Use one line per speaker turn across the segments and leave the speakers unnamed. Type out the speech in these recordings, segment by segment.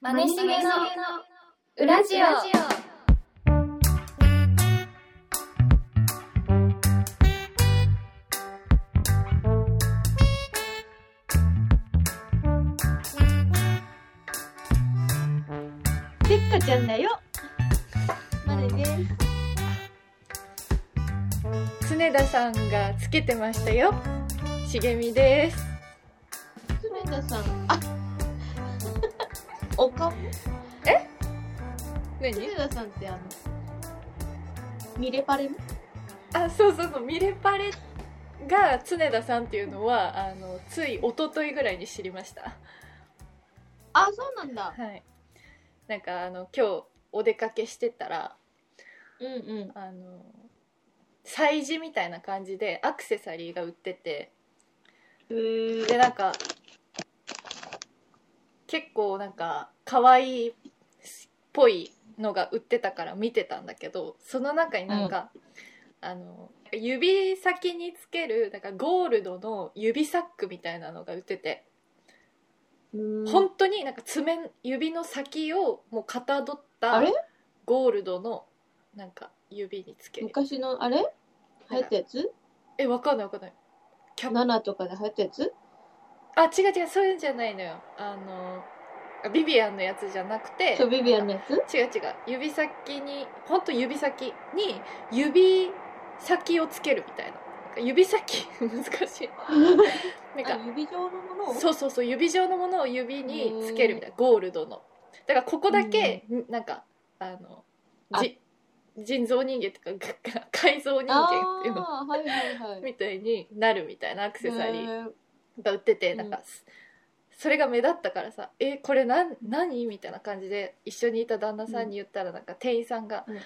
マネしげのウ
ラジオ
せっかちゃんだよ。
まねです。
常田さんがつけてましたよしげみです
常田さん、あ、おかも
何
常田さんってあの、ミレパレの
あそうそうそうミレパレが常田さんっていうのはあのつい一昨日ぐらいに知りました
あ、そうなんだ。
はいなんかあの今日お出かけしてたら
うんうん。
あの催事みたいな感じでアクセサリーが売ってて
へ
でなんか結構なんか可愛いっぽいのが売ってたから見てたんだけどその中になんか、あの指先につけるなんかゴールドの指サックみたいなのが売ってて、
ー。
本当になんか爪指の先をもうかたどっ
あ
た
れ
ゴールドのなんか指につける
昔のあれ流行ったやつ
えわかんないわかんないキャッ
?7 とかで流行ったやつ
あ違う違うそういうんじゃないのよあのあビビアンのやつじゃなくて
そう、ビビアンのやつ
違う違う指先にほんと指先に指先をつけるみたいななんか指先 難しいなん
あ
か
指状のものを
そうそうそう指状のものを指につけるみたいなゴールドのだからここだけ、なんかあのじ人造人間とかがが改造人間っていうの
あーはいはいはい。
みたいになるみたいなアクセサリー
へー
が売ってて
うん
なんか、それが目立ったからさ「えこれなん何?」みたいな感じで一緒にいた旦那さんに言ったらなんか店員さんが「
うん
あ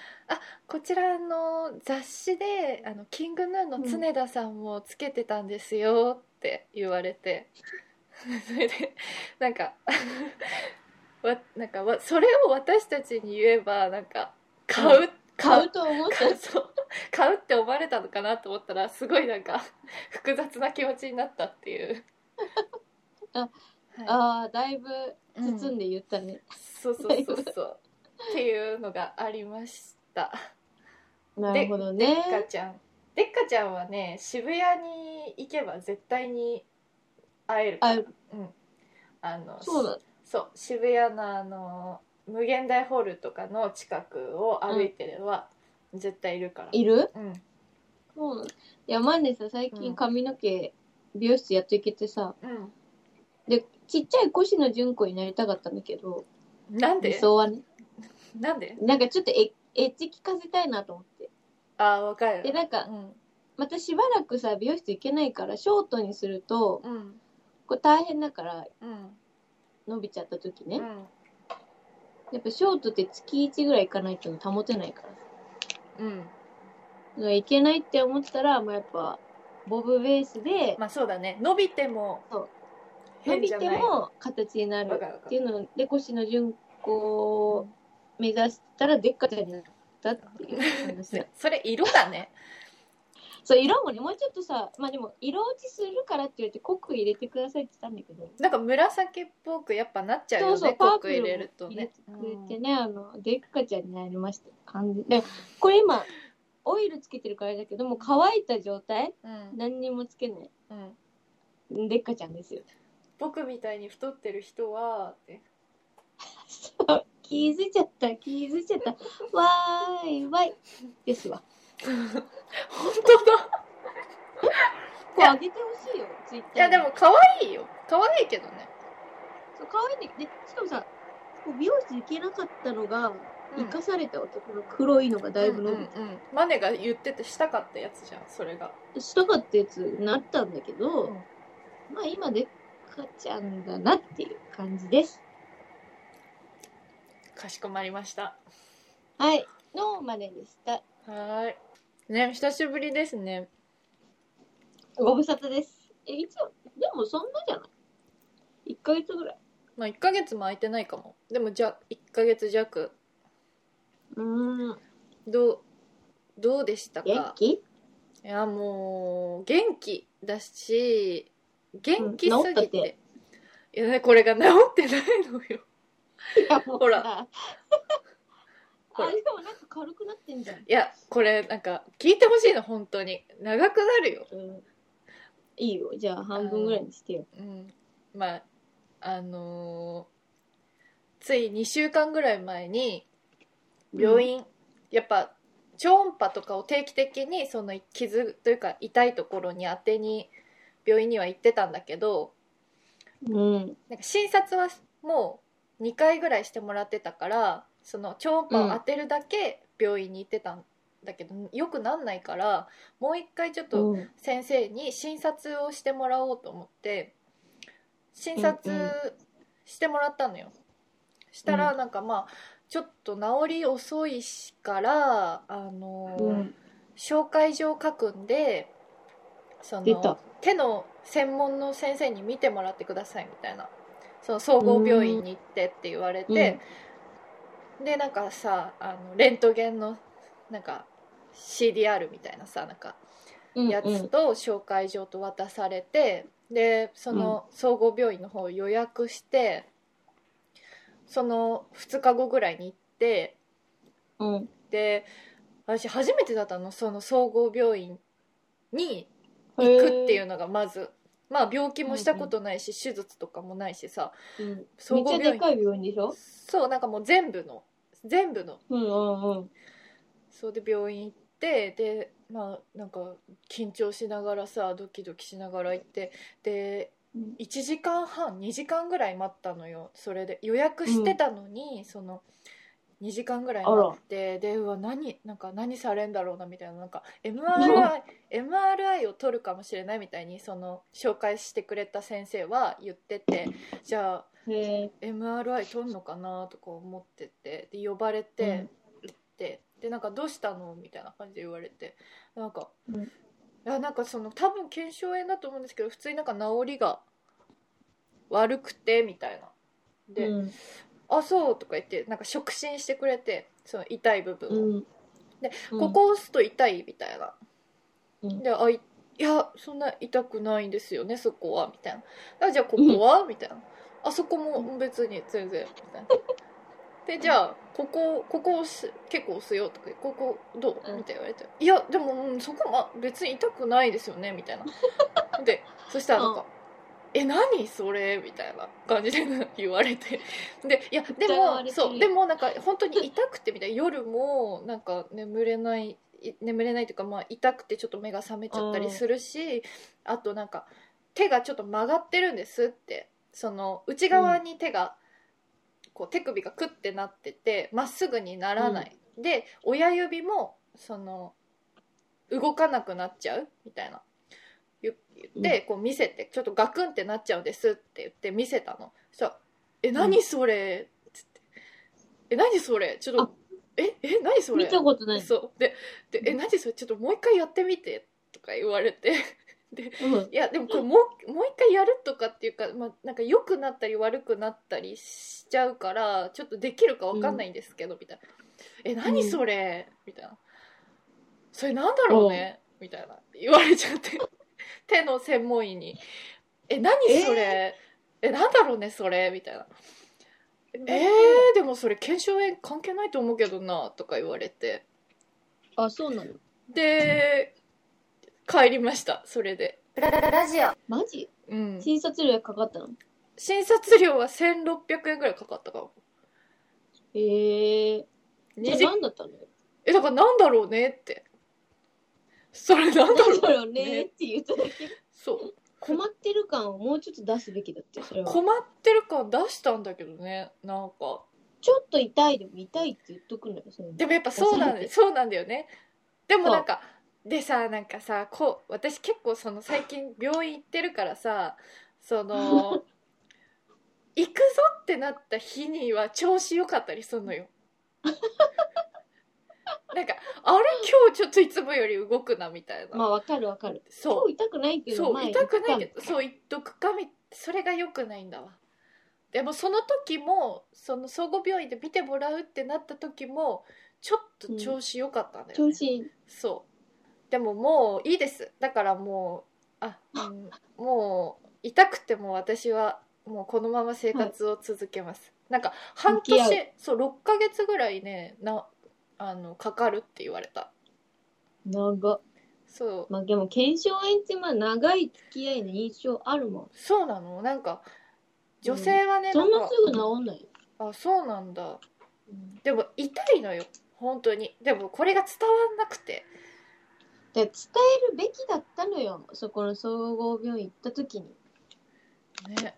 こちらの雑誌であのキングヌーの常田さんもつけてたんですよ」って言われて、 それでなんか わなんかわそれを私たちに言えばなんか買う、
買うと思った
買う そう買うって思われたのかなと思ったらすごいなんか複雑な気持ちになったっていう
あ、
は
ああ、だいぶ
い、
包ん
で、
で言ったね。
そうそうそうそうっていうのがありました
なるほどね。
でっかちゃんでっかちゃんはね渋谷に行けば絶対に会えるから
会える
うんあの
そうだ。
そう渋谷のあの無限大ホールとかの近くを歩いてれば、絶対いるから
いる
うん
そうなの。いや、マネさ、最
う
近
ん
髪の毛、美容室やっといけてさ、
うん
で、ちっちゃい越野純子になりたかったんだけど、
なん
理
で
想はね、
なんで
なんかちょっとエエッジ聞かせたいなと思って。
あーわかる
で、なんか、
うん
またしばらくさ、美容室行けないから、ショートにすると、
うん
これ大変だから、
うん
伸びちゃった時
う
ね。
ん
やっぱショートって月1ぐらい行かないと保てないから。
うん
だから行けないって思ったら、もうやっぱ、ボブベースで、
まあそうだね伸びても
そう伸
変
び
じゃ
て
ない
も形にな
わ
る
かるわ
っ
か
てい
る
うので、越野純子を目指したら、でっかちゃんになったっていう話だよ
それ色だね
そう、色もね、もうちょっとさ、まあでも、色落ちするからって言って、濃く入れてくださいって言ったんだけど、
なんか紫っぽくやっぱなっちゃうよ
そう
ね
そう、パー
濃
プ
く
ル
入
も
れ
入
る
れ
と
て
ね
くれてね、あの、でっかちゃんになりました。感じ。で、これ今、オイルつけてるからあれだけど、もう乾いた状態
うん
何にもつけない。
うんうん
でっかちゃんですよ。
僕みたいに太ってる人はって
そう気づいちゃった、気づいちゃった。わーい、わい。ですわ。
本当だ
これあげてほしいよ、ツイッター
いやでも可愛いよ可愛いけどね
そう、可愛いね。で、しかもさ、こう美容室行けなかったのが、生かされた男の黒いのがだいぶ伸びて、
うんうんうんマネが言っててしたかったやつじゃんそれが
したかったやつになったんだけど、
うん
まあ今でっかちゃんだなっていう感じです。
かしこまりました
はい。のマネでした。
はーいね久しぶりですね
ご無沙汰です。え、いつも、でもそんなじゃない1ヶ月ぐらい。
まあ1ヶ月も空いてないかもでもじゃ1ヶ月弱
うーん。
どうどうでした
元
か
気
いやもう元気だし元気す
うん治ったっ
ぎて,、
て
いやねこれが治ってないのよ
やもう
ほ ら
さ
ほら
あでもなんか軽くなってんじゃん、
いやこれなんか聞いてほしいの本当に長くなるよ
うん、いいよじゃあ半分ぐらいにしてよ
うんまああのーつい2週間ぐらい前に病院、やっぱ超音波とかを定期的にその傷というか痛いところに当てに病院には行ってたんだけど
うん
なんか診察はもう2回ぐらいしてもらってたからその超音波を当てるだけ病院に行ってたんだけど、よくなんないからもう一回ちょっと
うん
先生に診察をしてもらおうと思って診察
うんうん
してもらったのよ、したら
う
なんかまあちょっと治り遅いしからあのー、
うん
紹介状書くんでそ
出た
の手の専門の先生に見てもらってくださいみたいなその総合病院に行ってって言われて、でなんかさあのレントゲンのなんか CDR みたいなさなんか
うん
やつと紹介状と渡されて、でその総合病院の方を予約してその2日後ぐらいに行って
うん
で私初めてだったのその総合病院に
行
行くっていうのがまずまあ病気もしたことないし、手術とかもないしさ
うん、
総合
めっちゃで
病院
かい病院でしょ
そうなんかもう全部の全部の
うんうんうん
そうで病院行ってでまあなんか緊張しながらさドキドキしながら行ってで
うん
1時間半2時間ぐらい待ったのよそれで予約してたのに、その2時間ぐらい待ってでうわ何なんか何されんだろうなみたいななんか MRI, MRI を取るかもしれないみたいにその紹介してくれた先生は言っててじゃあ
へえ
MRI 取んのかなとか思っててで呼ばれて行って、でなんか「どうしたの?」みたいな感じで言われてなんか、
うん
いやなんかその多分腱鞘炎だと思うんですけど普通になんか治りが悪くてみたいなで「
うん
あそう」とか言ってなんか触診してくれてその痛い部分を。
うん、
で
うん
こ、こ押すと痛いみたいな、
うん
であいいやそんな痛くないんですよねそこはみたいなあじゃあここはみたいなあそこも別に全然みたいなでじゃあここここ押す結構押すよとかここどうみたいな言われて「いやでも、うんそこは別に痛くないですよね」みたいなでそしたらなんか「え何それ?」みたいな感じで言われてでいやで
疑われて
も
る
そうでもなんか本当に痛くてみたいな夜もなんか眠れないい眠れないというか、まあ、痛くてちょっと目が覚めちゃったりするしあとなんか手がちょっと曲がってるんですってその内側に手が、こう手首がクッてなっててまっすぐにならない、で親指もその動かなくなっちゃうみたいな言ってこう見せてちょっとガクンってなっちゃうんですって言って見せたのそしたら「え何それ?」っつって「え何それちょっ
あ
とええ何それ?」
見たことない。
そうでで「え何それちょっともう一回やってみて」とか言われて
うん
いやでもこれもうもう一回やるとかっていうか、まあ、なんか良くなったり悪くなったりしちゃうからちょっとできるかわかんないんですけど、みたいな「え何それ?」みたいな「それなんだろうね?」みたいな言われちゃって 手の専門医に「え何それえなんだろうねそれ?」みたいな「えー、でもそれ腱鞘炎関係ないと思うけどな」とか言われて。
あ、そうなの
で、帰りました、それで。
マジ
うん。
診察料かかったの
診察料は1600円ぐらいかかったかも。
へえー。じゃ
二
あ
時
何だったの
え、だからなんだろうねって。それなんだろ
何
う
だろうねって言っただけ。
そう。
困ってる感をもうちょっと出すべきだって、それは。
困ってる感出したんだけどね、なんか。
ちょっと痛いでも痛いって言っとくのよ、それ
でもやっぱそうなんだよそうなんだよね。でもなんか、でさ、なんかさ、こう、私結構その最近病院行ってるからさ、その、行くぞってなった日には調子良かったりすんのよ。なんか、あれ今日ちょっといつもより動くなみたいな。
まあ、わかるわかる。
そ
今
う
日痛くないけど、
そう
まあ
痛くないけ
行く
どそう言っとくかみそれが良くないんだわでもその時もその総合病院で見てもらうってなった時もちょっと調子良かったんだ
か
よ、ね
調子、
そうでももういいですだからもうあ、うん、もう痛くても私はもうこのまま生活を続けます、なんか半年
向き合
そう6ヶ月ぐらいねなあのかかるって言われた
長っ。
そう
まあでも、検証炎ってまあ長い付き合いの印象あるもん。
そうなのなんか女性はね、
そん
なん
な
か
すぐ治んないよ。
あそうなんだでも痛いのよ本当にでもこれが伝わんなくて
で伝えるべきだったのよ。そこの総合病院行った時に。
ね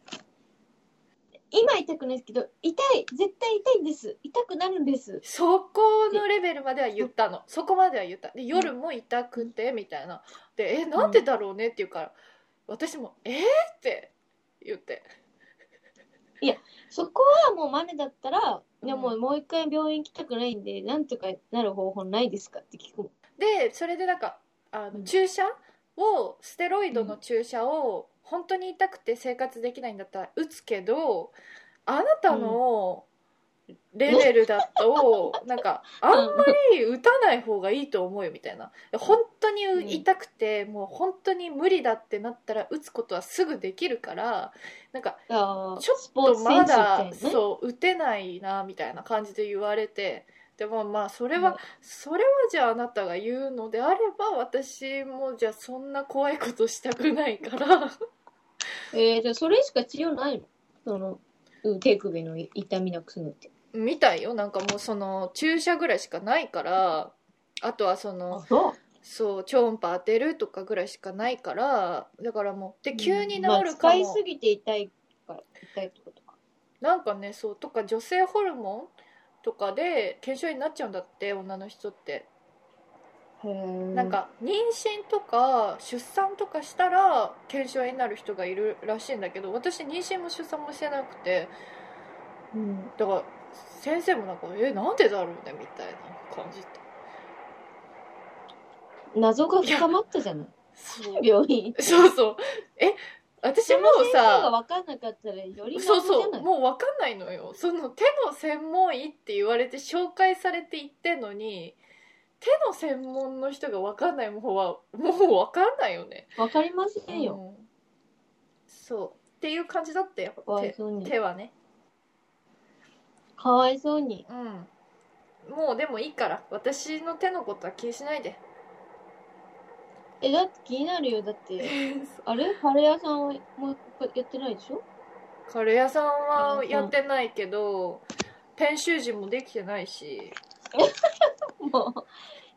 今痛くないですけど、痛い絶対痛いんです痛くなるんです
そこのレベルまでは言ったのそこまでは言ったで夜も痛くてみたいなで「えなんでだろうね」って言うから私も「えー、って言って
そこはもうマネだったら、いやもうもう一回病院行きたくないんで、なんとかなる方法ないですかって聞くもん。
でそれでなんかあ
う
の
ん
注射をステロイドの注射を本当に痛くて生活できないんだったら打つけどあなたのレベルだとなんかあんまり打たない方がいいと思うよみたいな本当に痛くてもう本当に無理だってなったら打つことはすぐできるからなんか
あー
ちょ
スポー
ちょっと
ツ
ま
選手みた
だ
いなね。
そう打てないなみたいな感じで言われてでもまあそれは、
うん
それはじゃああなたが言うのであれば私もじゃあそんな怖いことしたくないから
えー、じゃあそれしか治療ないのその、うん手首の痛みなくすのって。
みたいよなんかもうその注射ぐらいしかないからあとはその
そう
そう超音波当てるとかぐらいしかないからだからもうで急に治
まあ
る
使
かも、
いすぎて痛いから、痛いってことか。
なんかねそうとか女性ホルモンとかで腱鞘炎になっちゃうんだって女の人って。
へえ
なん、か妊娠とか出産とかしたら腱鞘炎になる人がいるらしいんだけど私妊娠も出産もしてなくて
うん、
だから先生もなんか「えなんでだろうね」みたいな感じって
謎が深まったじゃない
そう
病院。
そうそうえ私もう
そうが
さ
分かんなかったらより
そう
謎じ
そ
ゃな
う
い
もう分かんないのよその手の専門医って言われて紹介されていってんのに手の専門の人が分かんない方はもう分かんないよね
分かりませんよ。
うんそうっていう感じだってやっ
か
ぱ
わい
手
そうに。
手はね
かわいそうに。
うんもうでもいいから私の手のことは気にしないで
え、だって気になるよ。だって、あれカレー屋さんはもうやってないでしょ
カレー屋さんはやってないけど編集時もできてないし
もう、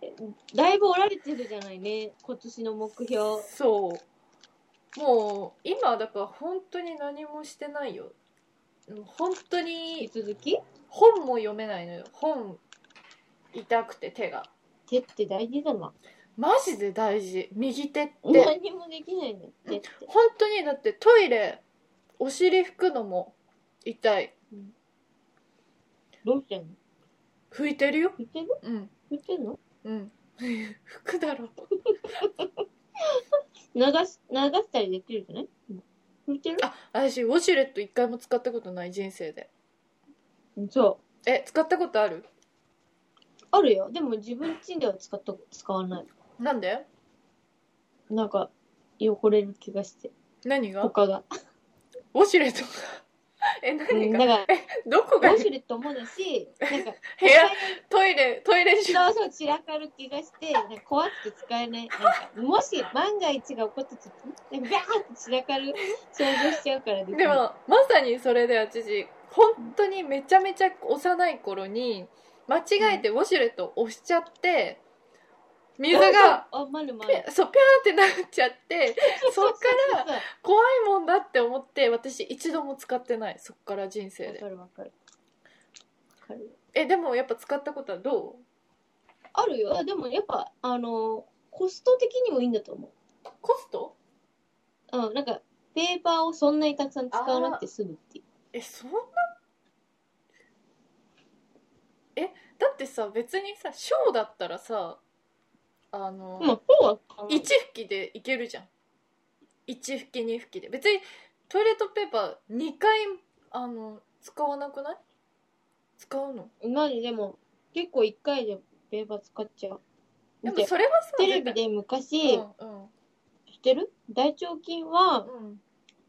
えだいぶおられてるじゃないね。今年の目標。
そうもう今だから本当に何もしてないよもう本当
引
に
き続き
本も読めないのよ本痛くて手が
手って大事だな。
マジで大事右手って
何もできないね。手って。
本当にだってトイレお尻拭くのも痛い
どうしてんの
拭いてるよ
言ってる
うん
言ってんの
うん 拭くだろ
流し、流したりできるじゃない言ってる
あ私ウォシュレット一回も使ったことない人生で
そ
え使ったことある
う。あるよ。でも自分ちでは使った、使わない。
なんで
なんか、汚れる気がして。
何が
他が。
ウォシュレットが え
うん、
何
だ
が、
から、
どこ
ウ
が
ォ
部
シュレットもだし、なん か、
屋トイレトイレし
そうそう散らかる気がして、なんか怖くて使えない。なんか、もし万が一が起こった時、なんかバーンって散らかる想像しちゃうからで
でもまさにそれで私本当にめちゃめちゃ幼い頃に間違えてウォシュレットを押しちゃって水が
あ、まるまる
で。そうピャーってなっちゃってそっから
ら、
怖いもんだって思って私一度も使ってないそっから人生
わか
で
るわかる。わかる
えでもやっぱ使ったことはど
あるよ。でもやっぱ、あの、コスト的にもいいんだと思
うコスト
う。うん、なんか、ペーパーをそんなにたくさん使わなくて済むっていう。
えそんなえだってさ別にさショーだったらさあの、
まあ、そうは使わない
一拭きでいけるじゃん一拭き二拭きで別にトイレットペーパー2回あの使わなくない使うの
マジでも、結構一回でペーパー使っちゃう。
でも
で
それはさ
テレビ
絶
で昔、
対うんうん
知ってる大腸菌は
うん、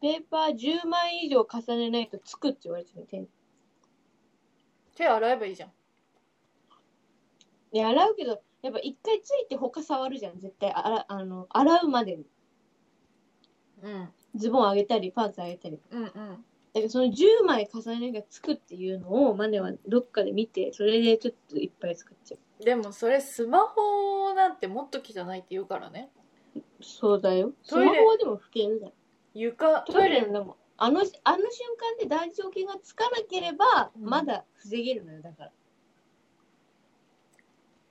ペーパー10枚以上重ねないとつくって言われてるて
手洗えばいいじゃん
で洗うけどやっぱ一回ついて他触るじゃん絶対あらあの洗うまでに
うん
ズボン上げたりパンツ上げたり
うんうん
だからその10枚重ねるがつくっていうのをマネはどっかで見てそれでちょっといっぱい使っちゃ
でもそれスマホなんてもっと汚いって言うからね
うそうだよス
トイレ
マホでも拭けるじゃん
床
ト
ト
イ
イレ
レのでもあのあの瞬間で大腸菌がつかなければ
うん
まだ防げるのよだから、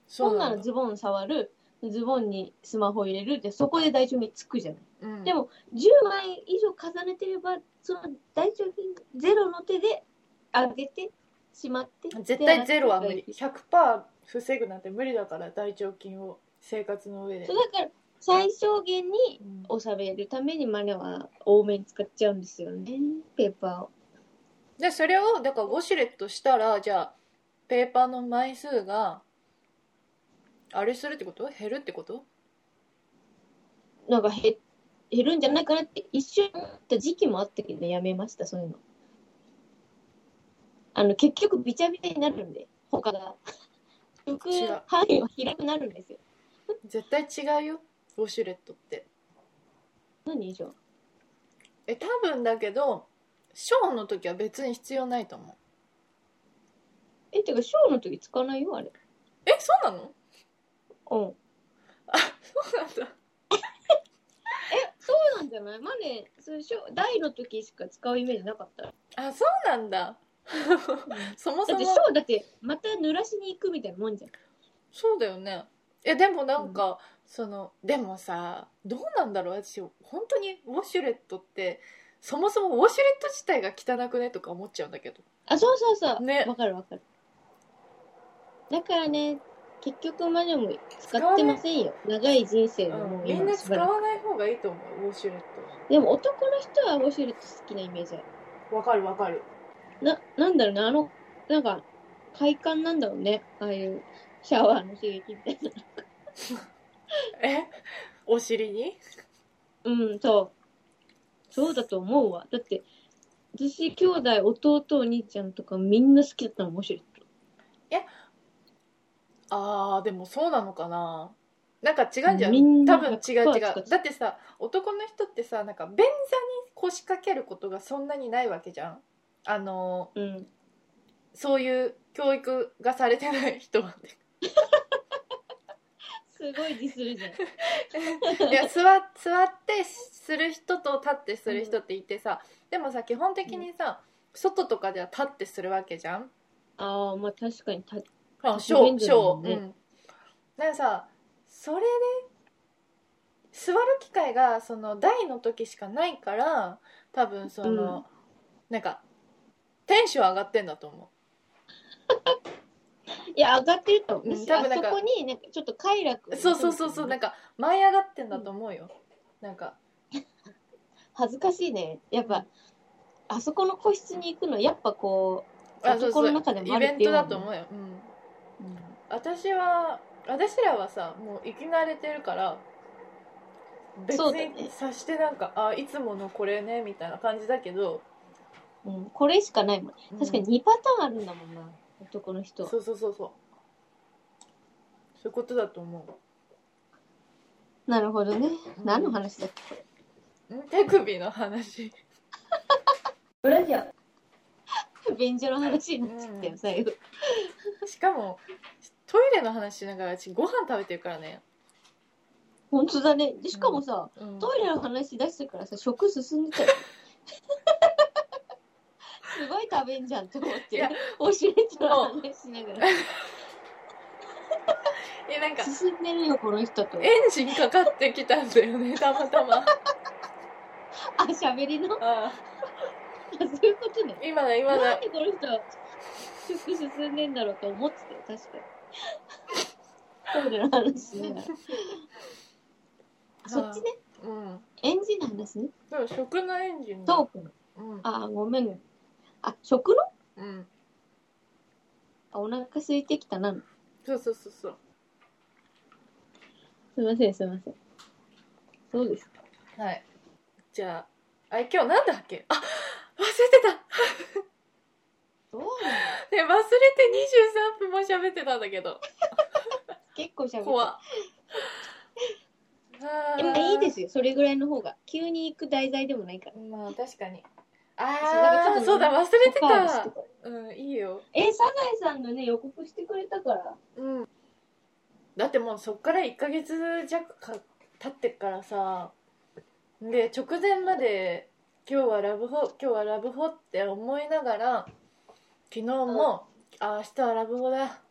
そ
そん
う
な
な
の
の
ズボン触るズボンにスマホ入れるでそこで大腸菌つくじゃない
うん
でも10枚以上重ねてればその大腸菌ゼロの手で上げてしまって
絶対ゼロは無理100%防ぐなんて無理だから大腸菌を生活の上で
そうだから最小限に
うん
収めるためにマネは多めに使っちゃうんですよねペーパーを
でそれをだからウォシュレットしたらじゃあペーパーの枚数があれするってこと減るってこと
なんか減減るんじゃないかなって一瞬思った時期もあったけどねやめましたそういうのあの結局びちゃびちゃになるんで他が服
違う
範囲は広くなるんですよ
絶対違うよウォシュレットって
何以上
え多分だけどショーの時は別に必要ないと思う
えてかショーの時使わないよあれ
えそう なの
うん
あそうなんだ
そうなんじゃないマネそれショー大の時しか使うイメージなかった
あそうなんだそもそ
だって
も
ショーだってまた濡らしに行くみたいなもんじゃん
そうだよねえでもなんか、そのでもさどうなんだろう私本当にウォシュレットってそもそもウォシュレット自体が汚くねとか思っちゃうんだけど
あそうそうそう
ね
わかるわかるだからね結局マネも使ってませんよ長い人生のもう
みんな
今し
使
ばらく
わない方がいいと思うウォシュレッ
でも男の人はウォシュレット好きなイメージある
トわかるわかる
ななんだろうねあのなんか快感なんだろうねああいうシャワーの刺激みたいな
えお尻に
うんそうそうだと思うわだって私兄弟弟お兄ちゃんとかみんな好きだったのウォシュレット
あーでもそうなのかななんか違うんじゃ
みん
ん
な
多分違う違
100%使っ
うだってさ男の人ってさなんか便座に腰掛けることがそんなにないわけじゃんあの
うん
そういう教育がされてない人はね
すごいディス るじゃん
いや座座ってする人と立ってする人っていてさ、でもさ基本的にさ、外とかでは立ってするわけじゃん
ああまあ確かにた
あ
立ち便所だも
小
ん
う
ね
んだからさそれで座る機会がその大の時しかないから多分そ
う
の、
ん
なんかテンション上がってんだと思
いや、上がってると思う。
うん
むしろ
多
あ
分な
そ
んか
こに、なんかちょっと快楽
うそうそうそうそうなんか舞い上がってんだと思うよ、なんか
恥ずかしいね。やっぱ、あそこの個室に行くの、やっぱこ
あそうそ
男
う
の中でもあ
イ
る
ベ
っ
ン
ていうの
トだ
はね
と思うよ、うん、
う、
私は私らはさもう生き慣れてるから別
そうだね
に察してなんか、あいつものこれねみたいな感じだけど
うんこれしかないもん。確か
うん
に2パターンあるんだもんな、男の人は。
そうそうそうそうそういうことだと思
なるほどね。
うん
何の話だっけ
うん手首の話
ラジオ。便所の話になっちゃった
う
よ、
ん
最後。
しかもトイレの話しながら私ご飯食べてるからね、
本当だね。でしかもさ、
うん
トイレの話出してからさ、食進んでたよ。 すごい食べんじゃんと思っ
い
て
や、
おしれちの話しながら。
えなんか
進んでるよ、この人と。
エンジンかかってきたんだよ ねたまたま
あ、喋りの
あ
あそういうことね。
今だ今
な
だ
んでこの人は食進んでんだろうと思ってたよ、確かに。トイレの話しなが ら。そっちね、
うん
エンジンの話ね。
でも食のエンジン
トークの。
うん
あ、ごめんね。あ、食の
うん
あ、お腹空いてきたなの。
そうそうそうそう
すいません、すいません。そうですか。
はいじゃああれ今日なんだっけあ忘れてた
どうなの
ね忘れて23分も喋ってたんだけど
結構しゃべ
怖あ
でもいいですよそれぐらいの方が急に行く題材でもないから
すまあ確かに
そうなんかちょ
あ
っ
あ
と
そうだ忘れて
パワーですと
た
か
うんいいよ
えサザエさんのね予告してくれたから
うんだってもうそっから1ヶ月弱か経ってっからさで直前まで今日はラブホ今日はラブホって思いながら昨日も、あ明日はラブホだ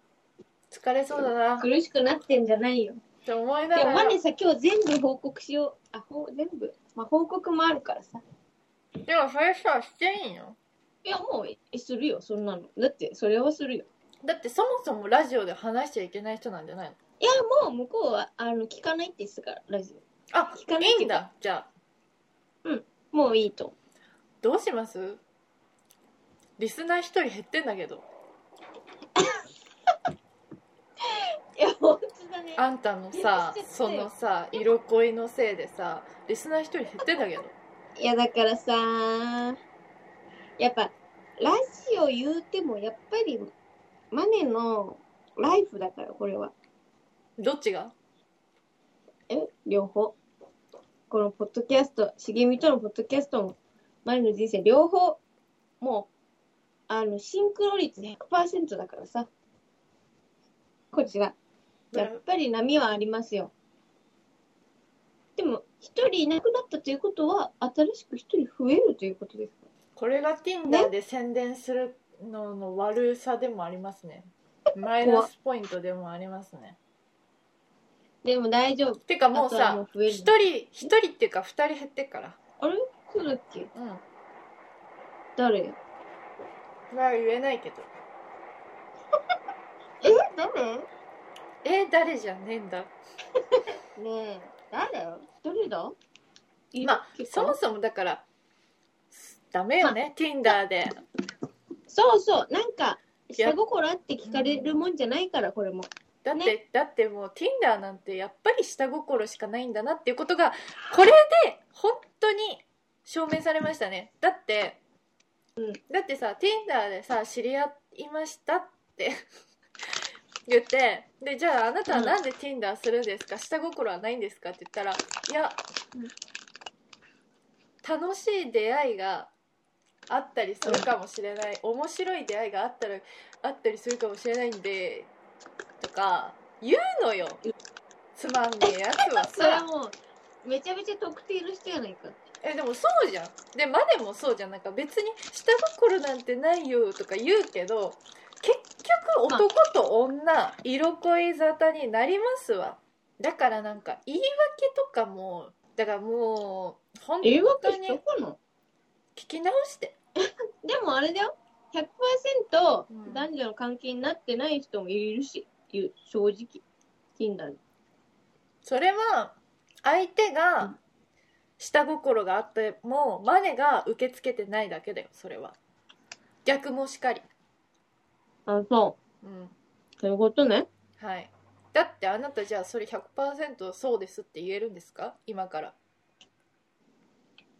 疲れそうだなっ
苦しくなってんじゃないよ
て思いな
で
が
も
ら
マネさ今日全部報告しようあほう全部まあ報告もあるからさ
でもそれさしていいよ
いやもうえするよそんなのだってそれはするよ
だってそもそもラジオで話しちゃいけない人なんじゃないの
いやもう向こうはあの聞かないって言ってたからラジ
あ
聞かない
い
けど
いんだじゃあ
オもういいと
どうしますリスナー一人減ってんだけど
いや本当だね
あんたの
減
さ
ってきちゃ
そ
ったよ
のさ色恋のせいでさリスナー一人減ってんだけど
いやだからさやっぱラジオ言うてもやっぱりマネのライフだからこれは
どっちが
え両方このポッドキャスト茂みとのポッドキャストもマネの人生両方もうあのシンクロ率100%だからさこちらやっぱり波はありますよでも一人いなくなったということは新しく一人増えるということです
これが Tinder で宣伝するのの悪さでもありますねマイナスポイントでもありますね
でも大丈夫。
てかもう
あとはも
さ
う増える
一人一人っていうか二人減ってっから
あれそうだっけ
うん
誰え
まあ言えないけど
誰ね
え誰じゃねえんだ
え、誰誰だい
まあ
結
そ
構
もそもだからダメよね Tinder で
そうそう、なんか、
いや
下心あって聞かれるもんじゃないから、これも。
だって、
ね
だってもう Tinder なんてやっぱり下心しかないんだなっていうことがこれで本当に証明されましたねだって、
うん
だってさ Tinder でさ知り合いましたって 言ってでじゃああなたはなんで Tinder するんですか、下心はないんですかって言ったらいや、
うん
楽しい出会いがあったりするかもしれない、面白い出会いがあったらあったりするかもしれないんでとか言うのよつまんねえやつは
それは
さ
もう、めちゃめちゃ特定の人やないか。
えでもそうじゃんでマネもそうじゃんなんか別に下心なんてないよとか言うけど結局男と女色恋沙汰になりますわだからなんか言い訳とかもだからもう本当に
え、
聞
わかしたかな
き直して
でもあれだよ。100%
うん
男女の関係になってない人もいるし、言う正直。Tinder に
それは相手が下心があってもマネが受け付けてないだけだよそれは逆もしかり
あ、そ
うん
う。そういうことね。
はいだってあなたじゃあそれ100%そうですって言えるんですか今から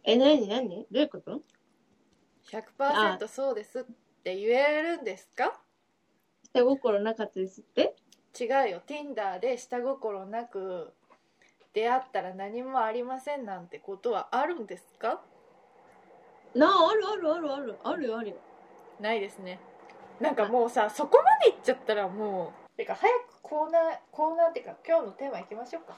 え、なになにどういうこと
100%そうですって言えるんですか
下心なかったですって
違うよ Tinder で下心なく出会ったら何もありませんなんてことはあるんですか
なあ、あるあるあるある、あるよあるよ。
ないですねなんかもうさそこまでいっちゃったらもうてか早くコーナーコーナーっていうか今日のテーマいきましょうか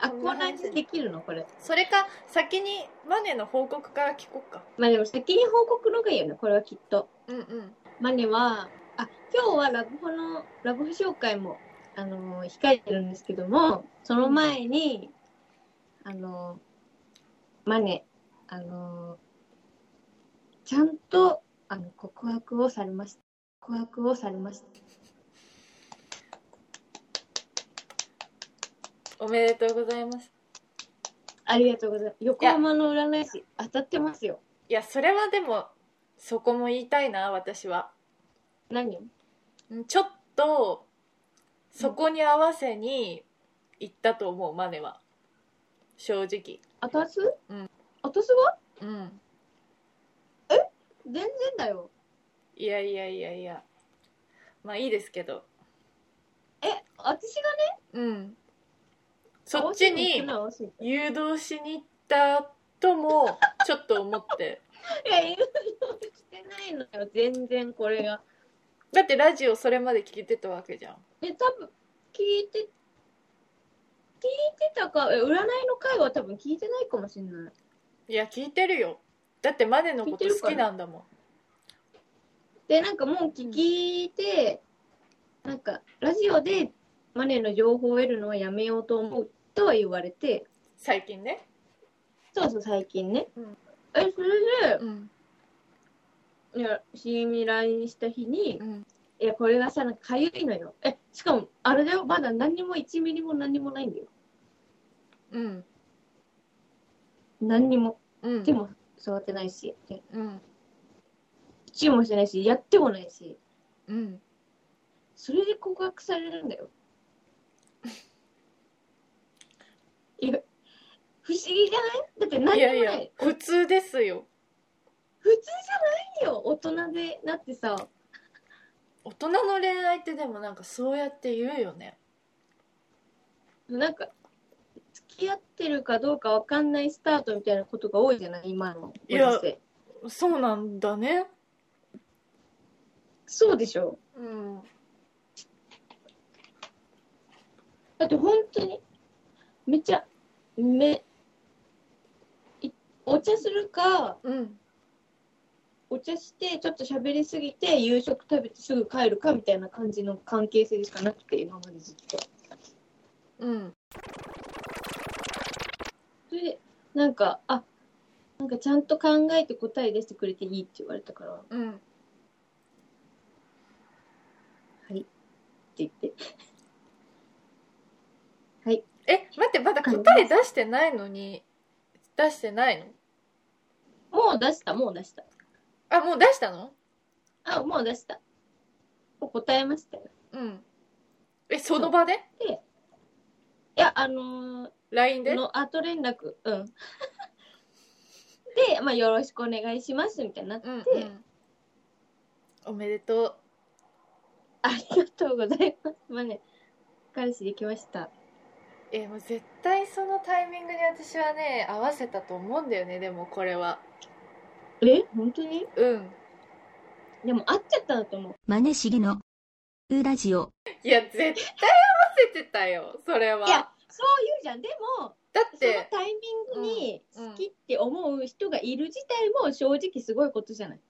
あ、
こん
コ
な
ーナー
話
にできるのこれ。
それか先にマネの報告から聞こうか
まあでも先に報告の方がいいよね、これはきっと。
うんうん
マネは、あ、今日はラブホの、ラブホ紹介も、あのー控えてるんですけども、その前に、あのーマネ、あのーちゃんと、あの、告白をされました。告白をされました。
おめでとうございます
ありがとうございます。横浜の占い師、当たってますよ。
いやそれはでもそこも言いたいな私は
何
うんちょっとそこに合わせに行ったと思うマネは正直
当たす
うん
私は
うん
全然だよ。
いやいやいやいやまあいいですけど
え、私がね、
うんそっちに
合わせに行
誘導しに行ったともちょっと思って
くのは合わせにいや、言うのしてないのよ。全然これが。
だってラジオそれまで聞いてたわけじゃん
で、多分、聞いて、聞いてたか、え、占いの回は多分聞いてないかもしれない。
いや聞いてるよだってマネのこと好きなんだもん
で、なんかもう聞いて、なんか、ラジオでマネの情報を得るのはやめようと思うとは言われて、
最近ね
そうそう、最近ね。
うん
え、それで、
うん
いや、しみ来にした日に、
うん
いや、これがさ、なんかかゆいのよ。え、しかも、あれだよ、まだ何にも1ミリも何にもないんだよ。
うん
何にも。
うん
手も触ってないし、で
うん
チューもしてないし、やってもないし、
うん
それで告白されるんだよ。いや、不思議じゃないだって何
い
にも
や
ない。
いや普通ですよ
普通じゃないよ、大人で。なってさ、
大人の恋愛ってでもなんかそうやって言うよね
なんか、付き合ってるかどうかわかんないスタートみたいなことが多いじゃない今の。
いや
ご時世
そうなんだね
そうでしょ
うん
だって本当に、めちゃ、め、いお茶するか、
うん
お茶して、ちょっと喋りすぎて、夕食食べてすぐ帰るかみたいな感じの関係性しかなくて、今までずっと。
うん
それで、なんか、あ、なんかちゃんと考えて答え出してくれていいって言われたから、って
うん
言って。
え待ってまだ答え出してないのに出してないの
もう出した、もう出した。
あもう出したの
あ、もう出した。もう答えましたよ。
うんえその場で
いや、あのー
LINE で
の後連絡、うん。で、まあ、よろしくお願いします、みたいになって、
うん、うん、おめでとう
ありがとうございます。まあね、彼氏できました。
えもう絶対そのタイミングに私はね合わせたと思うんだよねでもこれは
え本当に
うん
でも会っちゃったんだと思う。
マネしげの、うラジオ。
いや絶対合わせてたよそれはい
や、そう言うじゃん。でも、
だっ
その
て
タイミングに
うんうん
好きって思う人がいる自体も正直すごいことじゃない。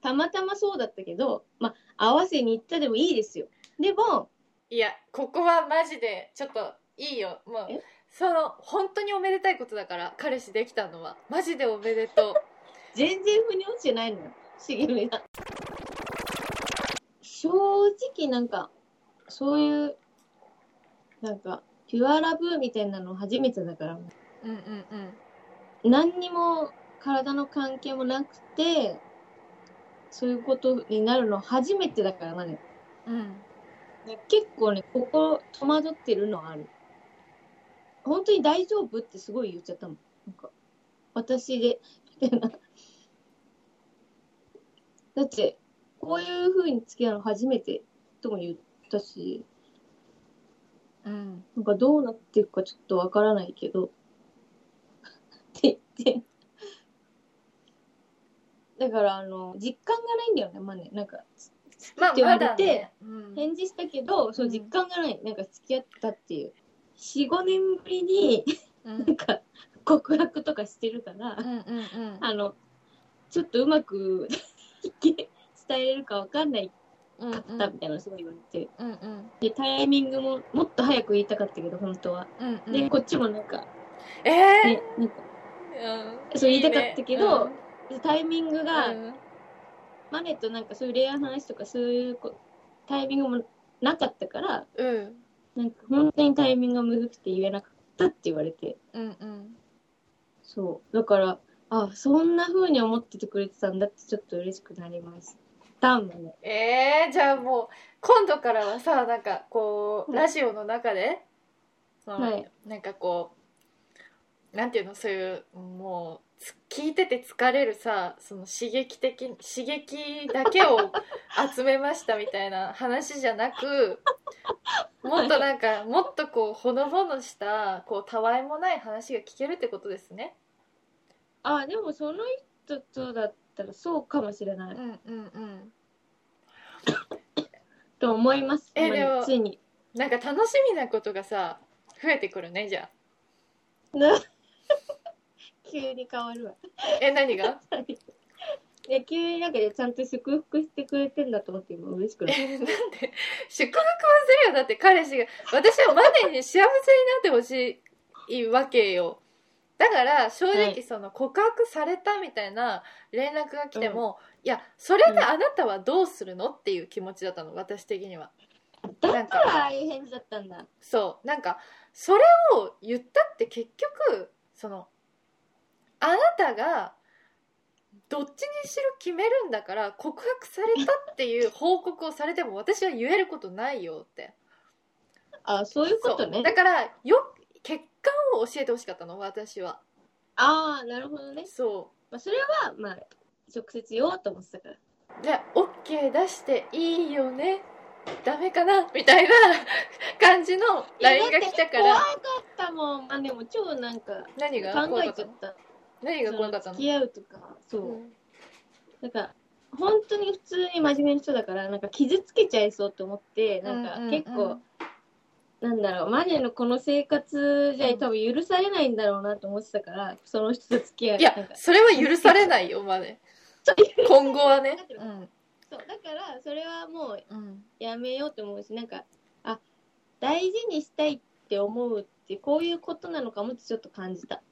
たまたまそうだったけど、まあ、合わせに行ったでもいいですよ。でも、
いやここはマジでちょっといいよもう
え
その本当におめでたいことだから彼氏できたのはマジでおめでとう
全然腑に落ちてないのよ。茂みが。正直なんか、そういう、なんか、ピュアラブみたいなの初めてだから、
うんうんうん
何にも体の関係もなくて、そういうことになるの初めてだからなね。
うん
結構ね、心戸惑ってるのはある。本当に大丈夫ってすごい言っちゃったもん。なんか、私で、みたいな。だって、こういう風に付き合うの初めてとも言ったし、
うん
なんかどうなっていくかちょっとわからないけど。 って言って。だから、あの、実感がないんだよね、まあね。なんか、
まあ
って言わ
ま
れ
だ
て
ね、うん、
返事したけど、そううん実感がない。なんか付き合ったっていう。4、5年ぶりに、
うん
なんか、 告白とかしてるから、
うんうんうん
あの、ちょっとうまく 伝えれるかわかんない
うん
かったみたいなのすごい言われて。
うんうん
で、タイミングももっと早く言いたかったけど、本当は。
うんうん
で、こっちもなんか、
えー
ね、なんか、
うん
そう言いたかったけど
いいね
タイミングが、
うん
マネとなんかそういう恋愛の話とかそういうこタイミングもなかったから、
うん
なんか本当にタイミングがむずくて言えなかったって言われて、
うんうん
そう。だから、あ、そんな風に思っててくれてたんだってちょっと嬉しくなりました。もんね。
えー、じゃあもう今度からはさなんかこう
うん
ラジオの中で、その
はい
なんかこうなんていうのそういうもうつ聞いてて疲れるさその刺激的刺激だけ を集めましたみたいな話じゃなくもっとなんかもっとこうほのぼのしたこうたわいもない話が聞けるってことですね。
あ、でもその人とだったらそうかもしれない。
うんうんうん
と思います。
え
まあ
でも
ついに。
なんか楽しみなことがさ増えてくるねじゃ
な急に変わるわ。
あ。え何が
いや、急になんかね、ちゃんと祝福してくれてんだと思って今嬉しくなる。
えなんで祝福はするよだって彼氏が私はマネに幸せになってほしいわけよだから正
は
直
い
その告白されたみたいな連絡が来ても、いやそれであなたはどうするのっていう気持ちだったの私的にはな
だ
ん
か
から
ああいう返事だったんだ。
そうなんかそれを言ったって結局そのあなたがどっちにしろ決めるんだから告白されたっていう報告をされても私は言えることないよって
あ、そういうこと
そう
ね
だ。からよ結果を教えてほしかったの私は
ああ、なるほどね。
そ
まあ、それは、まあ、直接言おうと思ってたから。
うじゃあ OK 出していいよねダメかなみたいな 感じの LINE が来たか
いやだ
ら
って怖かったもん。まあ、でも超なんか、
何が
考
怖か
え
っ
ち
た
ゃっ
の
た。
何が怖かった
その
の
付き合うとか、そう。
うん
なんか本当に普通に真面目な人だからなんか傷つけちゃいそうと思ってなん
うんうんう
か
ん
結構、なんだろうマネのこの生活じゃ
うん
多分許されないんだろうなと思ってたから、その人と付き合い
いや
なんか、
それは許されないよ、まで。今後はね。
そうだからそれはもう
うん。うん。
やめようと思うしなんかあ大事にしたいって思うってこういうことなのかもってちょっと感じた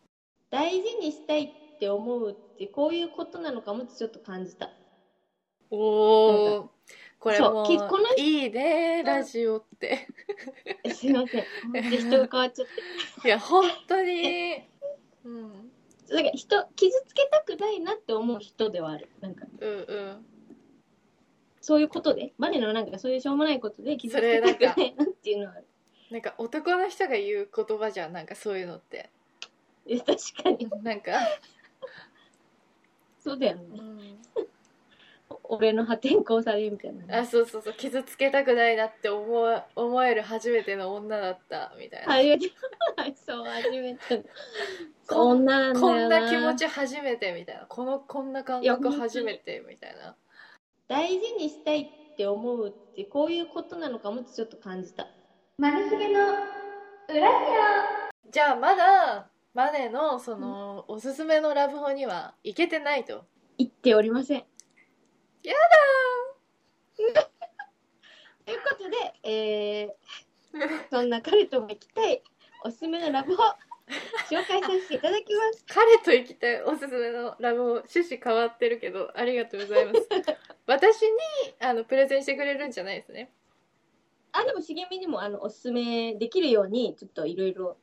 大事にしたいって思うってこういうことなのかもってちょっと感じた
おー。これも
そうきこの
う、いいね、ラジオって。
えすいません本当に人が変わっちゃって
いや、本当に。うん。
なんか人傷つけたくないなって思う人ではあるなんか
うんうん。
そういうことでバネのなんかそういうしょうもないことで傷つけたくないなっていうのはある
なんか男の人が言う言葉じゃん、なんかそういうのって。
え 確かに
なんか、
そうだよ
う
ね
ん、
俺の破天荒さでみたいな
あ、そうそうそう、傷つけたくないなって思う思える初めての女だった、みたいな。
初めてそう初めて
こ
こ
ん
んなんだよ
こんな気持ち初めてみたいな。この、こんな感
いや本当
覚
に
初めてみたいな。
大事にしたいって思うってこういうことなのかもってちょっと感じた
マネヒゲの裏じゃあまだマネのその、おすすめのラブホには行けてないと。
言っておりません
や
ということで、えー、そんな彼とも行きたいおすすめのラブホ紹介させていただきます。
彼と行きたいおすすめのラブホ趣旨変わってるけどありがとうござい ます。私にあのプレゼンしてくれるんじゃないですね。
あ、でも茂みにもあのおすすめできるようにちょっといろいろ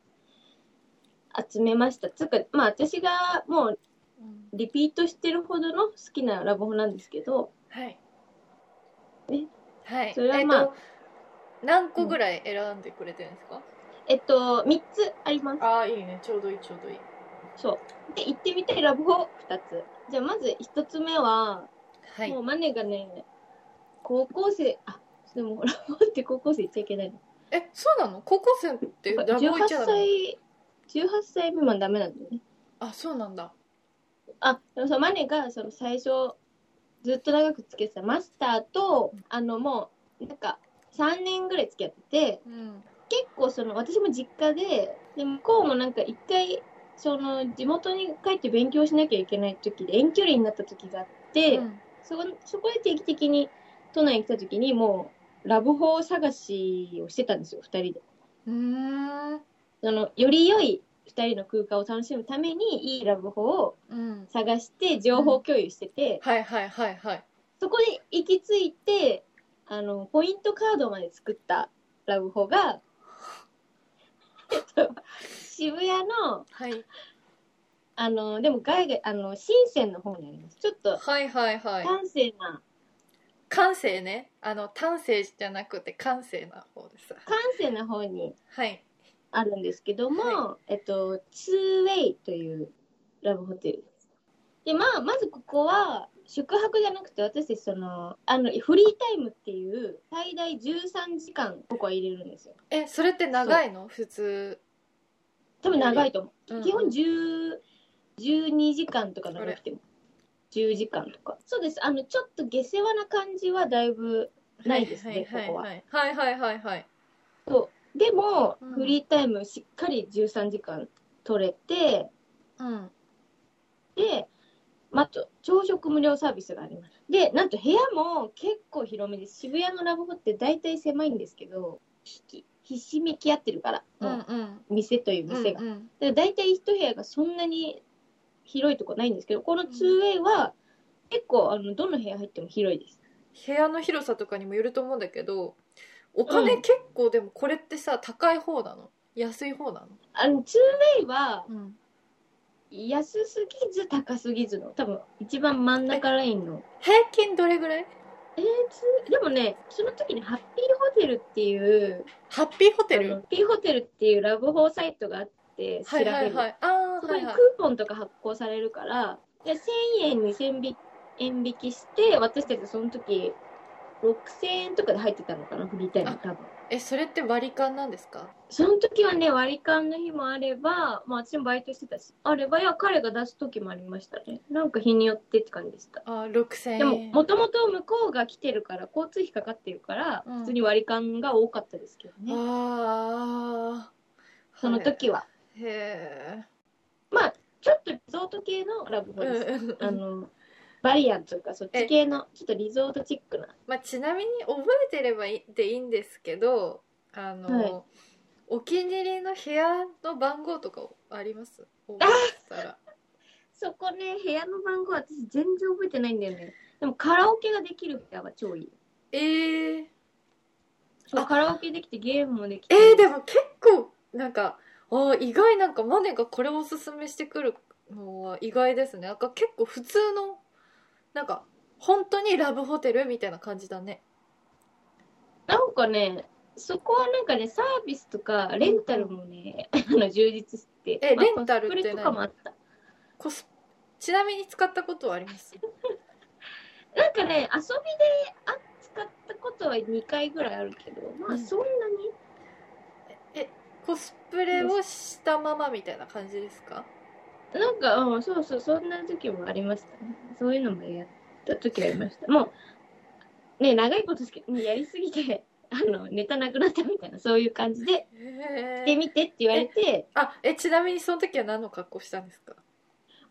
集めました。つうか、まあ私がもうリピートしてるほどの好きなラブホなんですけど、
はい。
え
はい。
それはまあ
えっと何個ぐらい選んでくれてるんですか、
えっと、3つあります。
ああいいねちょうどいいちょうどいい。
そう。で、行ってみたいラブホ2つ。じゃあまず1つ目は、
はい。
もうマネがね、高校生、あ、でもラブホって高校生行っちゃいけないの。
えそうなの高校生ってラブホ行
18
っちゃダメ
歳、18歳未満ダメなんだよね。
あそうなんだ。
あ、でもさ、マネがその最初、ずっと長くつけてたマスターと、あのもう、なんか、3年ぐらい付き合ってて、
うん。
結構その、私も実家で、で、向こうもなんか一回、その、地元に帰って勉強しなきゃいけない時で、遠距離になった時があって、
うん
そこそこで定期的に都内に来た時に、もう、ラブホ探しをしてたんですよ、二人で。
うーん
その、より良い二人の空間を楽しむために、いいラブホを
うん。
探して、情報共有してて、
はいはいはいはい。
そこで行き着いて、あの、ポイントカードまで作ったラブホが、 えっと、渋谷の、
はい。
あの、でも外外、あの、深センの方にあります。ちょっと、
はいはいはい。
端正な、
感性ね。あの、丹性じゃなくて感性な方です。
端正な方に
はい。
あるんですけども、
は
えっと、2way というラブホテルです。で、まあ、まずここは、宿泊じゃなくて、私たちその、あの、フリータイムっていう、最大13時間、ここは入れるんですよ。
えそれって長いの普通、
多分長いと思
うんう
う。
ん
基本10 12時間とか長くても。10時間とか。そうです。あの、ちょっと下世話な感じはだいぶないですね、
はい
ここは。
はいはいはいはいはい
そう。でも、
うん
フリータイムしっかり13時間取れて、
うん
で、まあ、と朝食無料サービスがあります。で、なんと部屋も結構広めです。渋谷のラブホって大体狭いんですけど、ひきひしめき合ってるから、
う
も
ん
う
うん
店という店が。
うんうん
だから大体一部屋がそんなに広いとこないんですけど、この
うん
2way は結構あのどの部屋入っても広いです。
部屋の広さとかにもよると思うんだけどお金
うん
結構でもこれってさ高い方なの安い方なの、
あの 2way は
うん、
安すぎず高すぎずの、多分一番真ん中ラインの。
平均どれぐらい
えー、つでもね、その時にハッピーホテルっていう、
ハッピーホテ
あのハ
ル
ッピーホテルっていうラブホサイトがあって、調べ
はい
る。
はいはいあ
そ
あ
こ
は
に
い
ク
はい
ーポンとか発行されるから、で1000円、2000円円引きして、私たちその時、6000円とかで入ってたのかな、フリータイム
あ
多分。
えそれって割り勘なんですか
その時はね、割り勘の日もあれば、まあ私もバイトしてたし、あれば、いや、彼が出す時もありましたね。なんか日によってって感じでした。
あー6000円
でも、もともと向こうが来てるから、交通費かかってるから、
うん
普通に割り勘が多かったですけどね。
ああ
その時は。
へ
まあ、ちょっとリゾート系のラブホ
え、
です。
うんうん
あの、バリアンというか、そっち系の、ちょっとリゾートチックな。
まあ、ちなみに覚えてればいいでいいんですけどあの、
はい
お気に入りの部屋の番号とかあります覚えてたら
そこね、部屋の番号、私全然覚えてないんだよね。でも、カラオケができる部屋は超いい。
えー、
そう
あ
カラオケできて、ゲームもできて。
えーでも結構なんかあー意外なんかマネがこれをおすすめしてくるのは意外ですねなんか結構普通のなんか本当にラブホテルみたいな感じだね
なんかね、そこはなんかね、サービスとか、レンタルもね、 あの充実して。
え
まあ
レンタルって
コスプレとかもあった。
コスちなみに使ったことはあります
なんかね、遊びであ使ったことは2回ぐらいあるけど、ま
う
あ
ん
そんなに、
コスプレをしたままみたいな感じですか
なんか、うん、そうそう、そんな時もありましたね。そういうのもやった時ありました。もう、ね、長いことしかやりすぎて、 あの、ネタなくなったみたいな、そういう感じで、
へ
し
ー
てみてって言われて、
あえちなみにその時は何の格好したんですか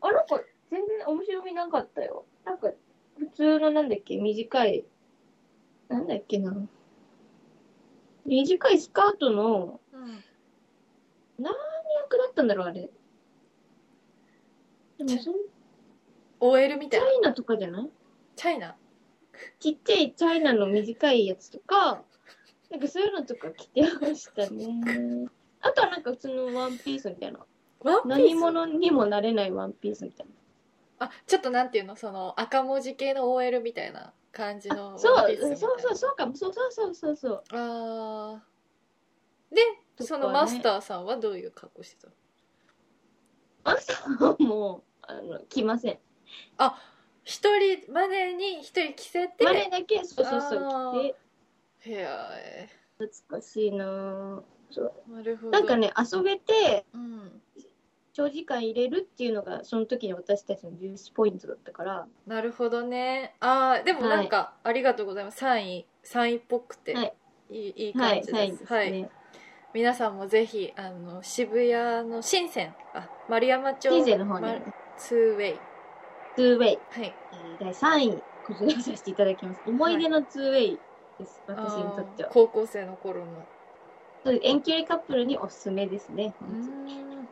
あ、なんか、全然面白みなかったよ。なんか、普通のなんだっけ、短い、なんだっけな。短いスカートの、
うん
役だったんだろう、あれ。でも、そん
OL み
チ
たい
ャ
な
イナとかじゃない
チャイナ
ちっちゃいチャイナの短いやつとか、なんかそういうのとか着てましたね。あとはなんか普通のワンピースみたいな。
ワンピース
何者にもなれないワンピースみたい
あちょっとなんていうのその赤文字系の OL みたいな感じ
な。
の
あそう
ワンピースみた
う
い
ん
な
そうそうそうかも。そうそうそうそうそう。
あーで
とかね
そのマスターさんはどういう格好してたの
あそうもう、あの、着ません。
一人マネに一人着せて
あれだけ、そうそうそ
あ
う
ー
着て、
へえ
懐かしいなぁ
なるほど
なんかね、遊べて、
うん
長時間入れるっていうのが、その時に私たちの重視ポイントだったから、
なるほどねあーでもなんか、ありがとうございます3位3位っぽくて、
はい
い、いいい
は
感
い、
じです,、
サインです
はい
ね。
皆さんもぜひあの渋谷の新鮮あ丸山町
人生の方に、
ツーウェイ
ツーウェイ。
はい
えー第3位、こちらにさせていただきます。思い出の 2way です、私にとって
あー
は。
高校生の頃の
そうです遠距離カップルにおすすめですね。
うーん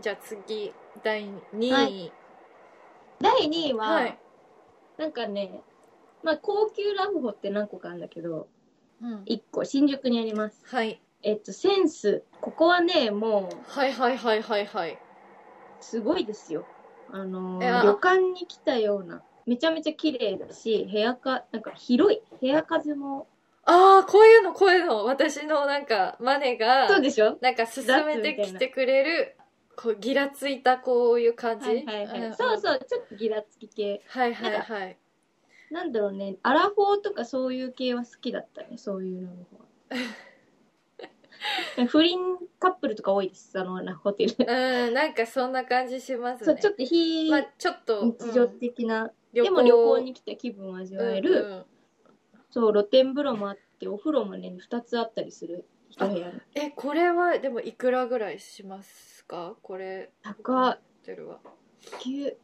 じゃあ次第2位
は
はい、
第2位は、なんかね、まあ、高級ラブホって何個かあるんだけど、
うん
1個、新宿にあります。
はい、
えっと、センス。ここはね、もう、
はいはいはいはいはい
すごいですよ。あのー
えあ
旅館に来たような、めちゃめちゃ綺麗だし、部屋か、なんか広い。部屋風も
ああ、こういうの、こういうの、私のなんか、マネが、
そうでしょ
なんか進めてきてくれる、こう、ギラついたこういう感じ。
はいはいはい。そう
う
そう、ちょっとギラつき系。
ん。はいはいはい。
なんだろうね、アラフォーとかそういう系は好きだったね、そういうのの方 が。不倫カップルとか多いです、あの、ホテル。
うん、なんかそんな感じします
そう、
ね
ちょ。っと非
まあ、ちょっと、
日常
うん
的な、
旅
でも旅行に来た気分を味わえる、
うんうん
そう露天風呂もあってお風呂もね2つあったりする一部屋に
え、これは、でもいくらぐらいしますかこれ、
高い
ホテルは。
急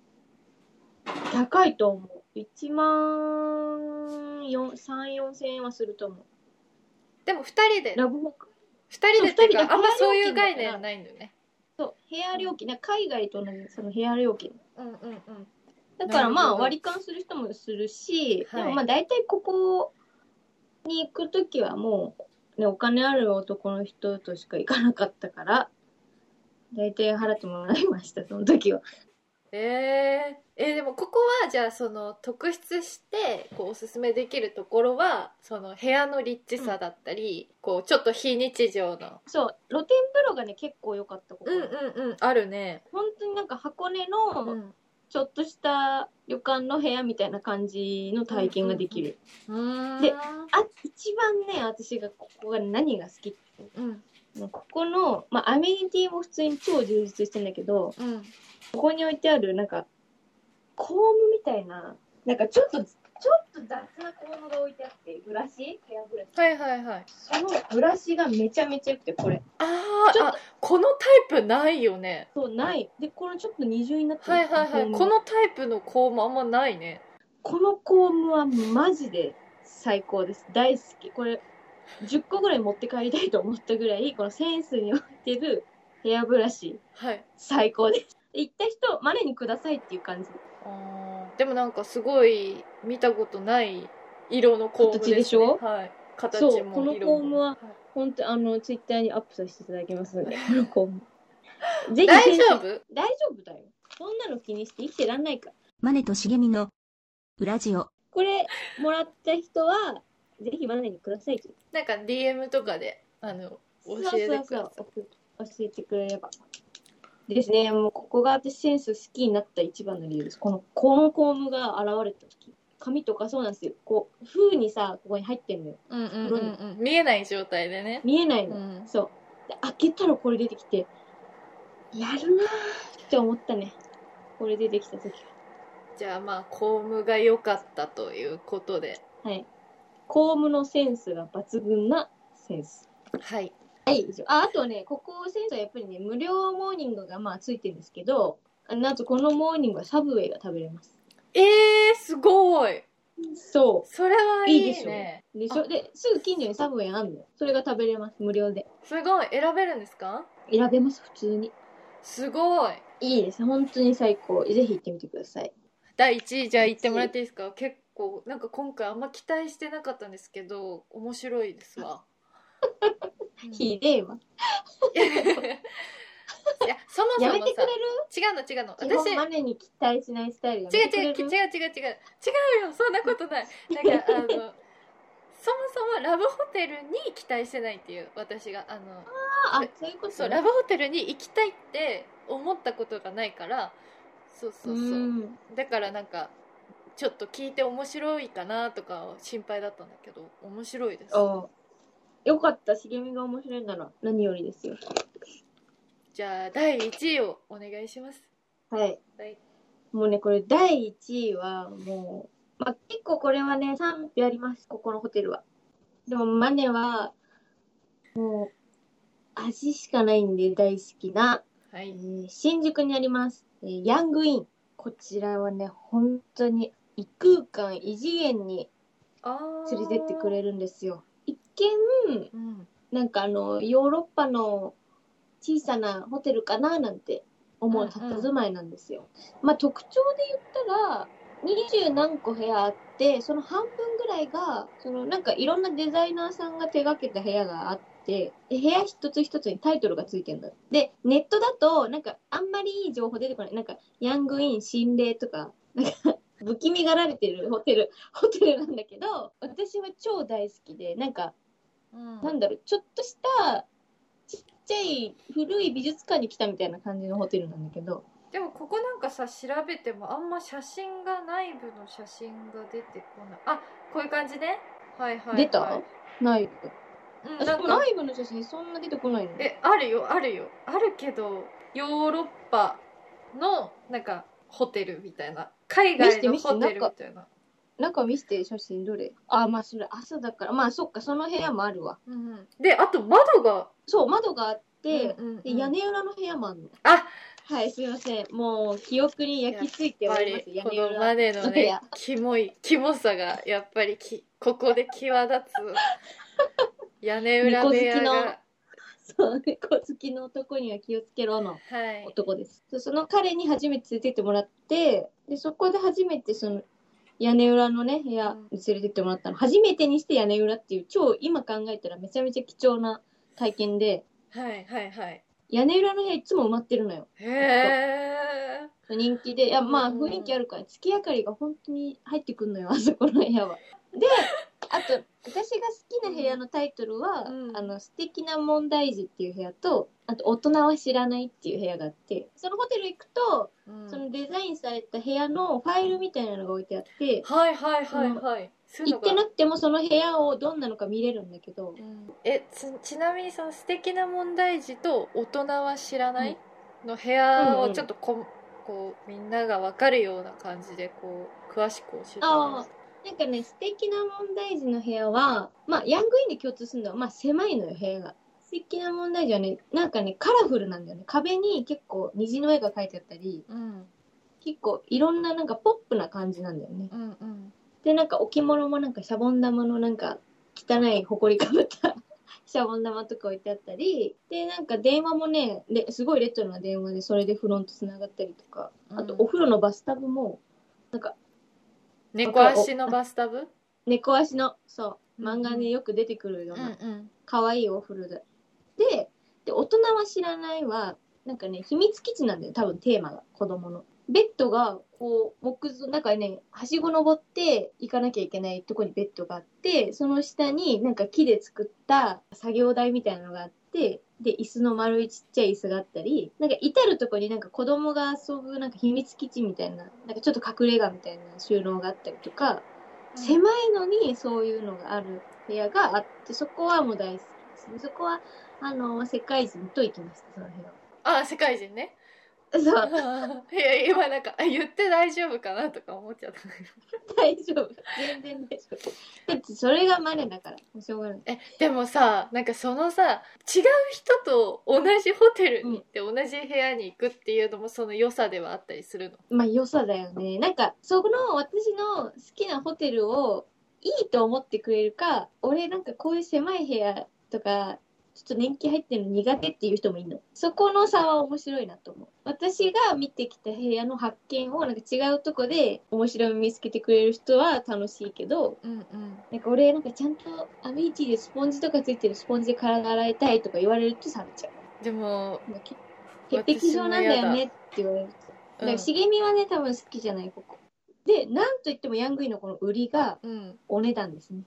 高いと思う1万34000円はすると思う
でも二人で、
ラブホーク
二人でっていう
そう二人
か、
で
あんまそういう
部屋料
概
金だから
念ないんだよね。
そう部屋料金なんか海外と同じその部屋料金
うんうんうん。
だから
なる
まあ
ほど
割り勘する人もするし、
はい
でもまあ大体ここに行く時はもう、ね、お金ある男の人としか行かなかったから大体払ってもらいま したその時は
えー、えーでもここはじゃあその特筆してこうおすすめできるところはその部屋のリッチさだったり、こうちょっと非日常の
そう露天風呂がね結構良かったここ、
うんうんうんあるね、
本当になんか箱根
う
の
ん、
ちょっとした旅館の部屋みたいな感じの体験ができる、
うーん
であ一番ね私がここが何が好きって
うん
ここの、まあ、アメニティも普通に超充実してんだけど
うん
ここに置いてあるなんかコームみたいななんかちょっとちょっと雑なコームが置いてあってブラシヘアブラシ
はいはいはい
そのブラシがめちゃめちゃ良くてこれ
あ
ち
ー
ょっ
あこのタイプないよね
そうないでこれちょっと二重になってる
はいはいはい
コーム
このタイプの子もあんまないね
このコームはマジで最高です大好きこれ10個ぐらい持って帰りたいと思ったぐらいこのセンスに置いてるヘアブラシ
はい
最高です行った人マネにくださいっていう感じ
あーでもなんかすごい見たことない色のコームす
形
ね
でしょ
はい形も
そう
色も
このコームはい本当あのツイッターにアップさせていただきますの でこのコームぜひ
大丈夫
大丈夫だよそんなの気にして生きてらんないから
マネとしげみの裏ジオ。
これもらった人はぜひマネにくださいって
なんか DM とかで、あの、教
そう
えてく
そ
だ
う
さ
そう送教えてくれればですねもうここが私センス好きになった一番の理由ですこのこのコームが現れた時髪とかそうなんですよこう風にさここに入ってんのよ
い。うんうんうんうん。見えない状態でね。
見えないうの、
ん。
そうで開けたらこれ出てきてやるなーって思ったねこれ出てきた時
じゃあまあ、コームが良かったということで。
ははいコームのセンスが抜群なセンス
はい。
はい、以上あ、あとね、ここ先生はやっぱりね、無料モーニングがまあついてるんですけど、あなんとこのモーニングはサブウェイが食べれます。
えー、すごい
そ
それはいいね。
う。でしょで、すぐ近所にサブウェイあんのよ。それが食べれます、無料で。
すごい選べるんですか
選べます、普通に。
すごい
いいです、本当に最高。ぜひ行ってみてください。
第1位じゃあ言ってもらっていいですか結構、なんか今回あんま期待してなかったんですけど、面白いですわ。うん
ひでえわ。
いや、そもそ
やめ
も
てく
さ
れる、
違うの違うの。
基
私
本、マネに期待しないスタイルや
違
め
う違う違
て
う違う違う
くれる
違うよそんなこと ないなんかあのそもそもラブホテルに期待してないっていう私があの
あ、あそういうこと。
そうラブホテルに行きたいって思ったことがないからそうそうそううんだからなんかちょっと聞いて面白いかなとか心配だったんだけど面白いです
あよかった、茂みが面白いなら何よりですよ。
じゃあ第1位をお願いします
はい。
はい
もうね、これ第1位はもう、まあ、結構これはね、賛否あります、ここのホテルは。でも、マネは、もう、味しかないんで大好きな、
は
え
い
ー新宿にあります、えーヤングイン。こちらはね、本当に異空間、異次元に
あー
連れてってくれるんですよ。一見、
うん
なんかあの、ヨーロッパの小さなホテルかななんて思う佇まいなんですよ。まあ特徴で言ったら、20何個部屋あって、その半分ぐらいが、そのなんかいろんなデザイナーさんが手がけた部屋があって、で部屋一つ一つにタイトルがついてるのよ。で、ネットだと、なんかあんまりいい情報出てこない。なんか、ヤングイン心霊とか、なんか不気味がられてるホテル、ホテルなんだけど、私は超大好きで、なんか、
うん
なんだろう、ちょっとした、ちっちゃい古い美術館に来たみたいな感じのホテルなんだけど、
でもここなんかさ調べてもあんま写真が内部の写真が出てこないあこういう感じねはいはい、はい、
出たない。
うん、
私
なん
も
か
内部の写真そんな出てこないの
えあるよあるよあるけどヨーロッパのなんかホテルみたいな海外の
見せて
ホ
見せてな
テルみ
んか
たいな
中見せて写真どれあ、まあそれ朝だから、まあそっか、その部屋もあるわ。
うんうん、であと窓が
そう、窓があって、
うんうんうん
で屋根裏の部屋もあるの。
あ
はい、すいません。もう記憶に焼き付いて
やっ
お
ぱ
りま
り
す、屋
こ
根
の
裏。
マネの
い
ね
や
キモいキモさがやっぱりきここで際立つ屋根裏部
猫好
屋が
きのそう、猫好きの男には気をつけろの
はい
男です。そうその彼に初めて連れてってもらって、で、そこで初めてその、屋根裏のね、部屋に連れてってもらったの。初めてにして屋根裏っていう、超今考えたらめちゃめちゃ貴重な体験で、
はいはいはい
屋根裏の部屋いつも埋まってるのよ。
へえ
人気で、いや、まあ、
うんうん
雰囲気あるから、月明かりが本当に入ってくんのよ、あそこの部屋は。で、あと、私が好きな部屋のタイトルは、
うん
あの、素敵な問題児っていう部屋と、あと、大人は知らないっていう部屋があって、そのホテル行くと、そのデザインされた部屋のファイルみたいなのが置いてあって、
はいはいはいはいそういう
行っ
のが
てなくてもその部屋をどんなのか見れるんだけど、
うんえちちなみにその「素敵な問題児と大人は知らない」の部屋
うんう
を
ん
ちょっとこ、こうみんながわかるような感じでこう詳しく教えてくだ
あ
さい
なんかね、素敵な問題児の部屋は、まあ、ヤングインで共通するのは、まあ、狭いのよ、部屋が。素敵な問題児はね、なんかね、カラフルなんだよね。壁に結構虹の絵が描いてあったり、
うん
結構いろんななんかポップな感じなんだよね。
うんうん
で、なんか置物もなんかシャボン玉のなんか汚い埃かぶった シャボン玉とか置いてあったり、で、なんか電話もね、ですごいレトロな電話でそれでフロント繋がったりとか、あとお風呂のバスタブも、
猫足のバスタブ
猫足の、そう、
うん
漫画によく出てくるよう
う、
なん
うん
可愛いお風呂で。で、で、大人は知らないは、なんかね、秘密基地なんだよ、多分テーマが、子供の。ベッドが、こう、木造、なんかね、はしご登って行かなきゃいけないとこにベッドがあって、その下になんか木で作った作業台みたいなのがあって、で、椅子の丸いちっちゃい椅子があったり、なんか至るとこになんか子供が遊ぶなんか秘密基地みたいな、なんかちょっと隠れ家みたいな収納があったりとか、狭いのにそういうのがある部屋があってそこはもう大好きですねそこはあの世界人と行きましたその部
あ世界人ね
屋はそう
いや今なんかあ言って大丈夫かなとか思っちゃった
大丈夫全然大丈夫だってそれがマネだからもうしょうがない
えでもさなんかそのさ違う人と同じホテルに行って同じ部屋に行くっていうのもその良さではあったりするの
まあ良さだよねなんかそこの私の好きなホテルをいいと思ってくれるか俺なんかこういう狭い部屋とかちょっと年季入ってるの苦手っていう人もいるのそこの差は面白いなと思う私が見てきた部屋の発見をなんか違うとこで面白み見つけてくれる人は楽しいけど
うんうん
なんか俺なんかちゃんとアビーチでスポンジとかついてるスポンジで体洗いたいとか言われると冷めちゃ
でも、
うなんか潔癖症なんだよねって言われると
う
だから
ん、
茂みはね多分好きじゃないここでなんといってもヤングインのこの売りが
うん、
お値段ですね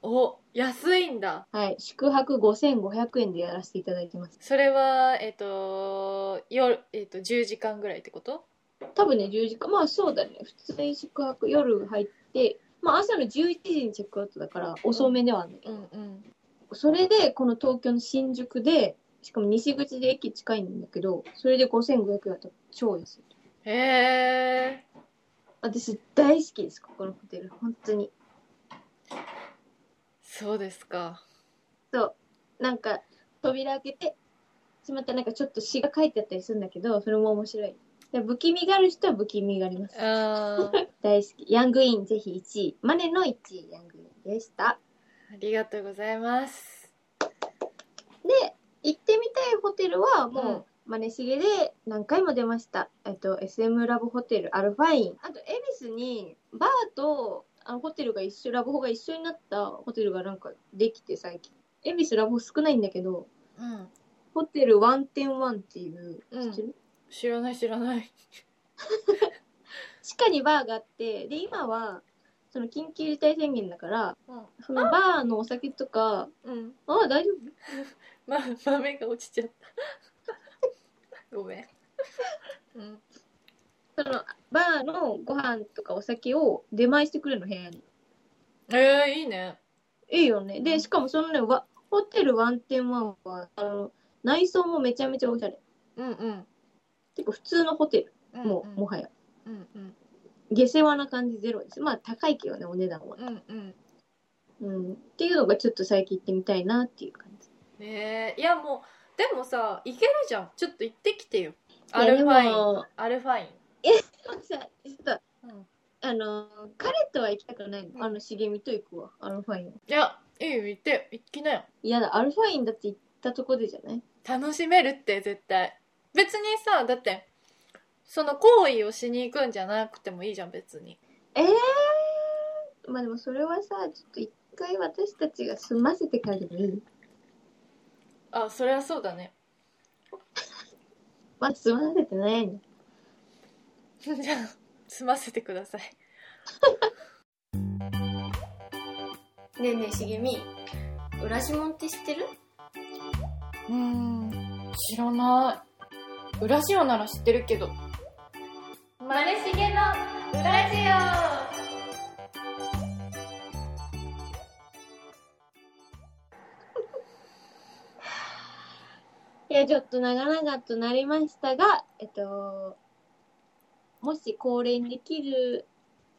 お安いんだ
はい宿泊5500円でやらせていただいてます
それはえっ、と夜、えっと10時間ぐらいってこと
多分ね10時間まあそうだね普通に宿泊夜入ってまあ朝の11時にチェックアウトだから遅めではあるんだけ
う
ど、
んうん
それでこの東京の新宿でしかも西口で駅近いんだけどそれで5500円だと超安い
へえ
私大好きですここのホテル本当に
そうですか
そう。なんか、扉開けて、またなんかちょっと詩が書いてあったりするんだけど、それも面白い。で不気味がある人は不気味があります。
あ ー
大好き。ヤングインぜひ1位。マネの1位、ヤングインでした。
ありがとうございます
で、行ってみたいホテルはもう、
うん
マネシゲで何回も出ました。えっと、SM ラブホテル、アルファイン。あと、恵比寿に、バーと、あの、ホテルが一緒、ラブホが一緒になったホテルがなんかできて最近。恵比寿ラブホ少ないんだけど、
うん
ホテル101っていう、
うん
知ってる
知らない知らない
地下にバーがあって、で、今は、その緊急事態宣言だから、
うん
そのバーのお酒とか、
うん
ああ、大丈夫
ま、 豆が落ちちゃったごめん、うん、
そのバーのご飯とかお酒を出前してくれるの部屋に
えー、いいね
いいよねでしかもそのねわホテルワンテンワンはあの内装もめちゃめちゃおしゃれ
うんうん
結構普通のホテル
うん
もう、
うん
もはや
うんうん
下世話な感じゼロですまあ高いけどねお値段は、
うんうん
うん、っていうのがちょっと最近行ってみたいなっていう感じ
ねえいやもうでもさ行けるじゃんちょっと行ってきてよア
いやで
ルフ
も
ァインアルファイン
でもさちょっと
うん
あの彼とは行きたくないの、あの茂みと行くわアルファイン
いやいいよ行ってよ行きなよ
嫌だアルファインだって行ったとこでじゃない
楽しめるって絶対別にさだってその行為をしに行くんじゃなくてもいいじゃん別に
えー、まあでもそれはさちょっと一回私たちが済ませてからでもいい
あそれはそうだね
まあ済ませてないの
じゃあ済ませてください
ねえねえしげみ裏指紋って知ってる
うーん知らない裏ジオなら知ってるけどマネしげの裏ジ
いやちょっと長々となりましたがえっともし恒例にできる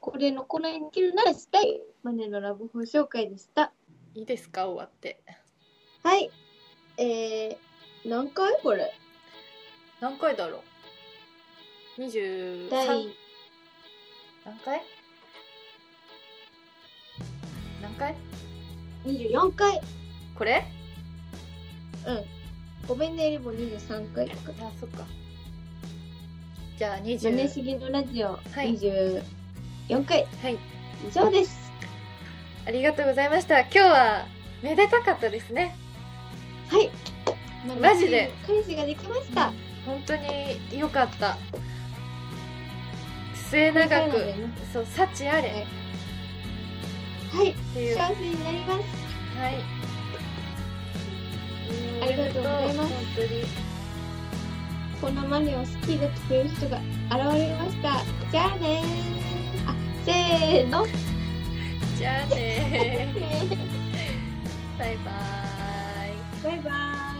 恒例のコーナーにできるならしたいマネのラブ報紹介でした
オいいですか終わって
はいえー、何回これ
何回だろう23
第
何回何回
24回
これ
うんごめんねリボン23回とか
あそっかじゃあ
マネ
20
しげのラジオ
はい
24回
はい
以上です、
ありがとうございました今日はめでたかったですね
はい。
マジで
彼氏ができました。
本当に良かった末永くそう幸あれ
はい。
っていう
幸せになります。
はい。
ありがとうございます
本当に。
こんなマネを好きだってくれる人が現れました。じゃあねー。あ、せーの。
じゃあね
バ
バイバーイ。
イバーイ。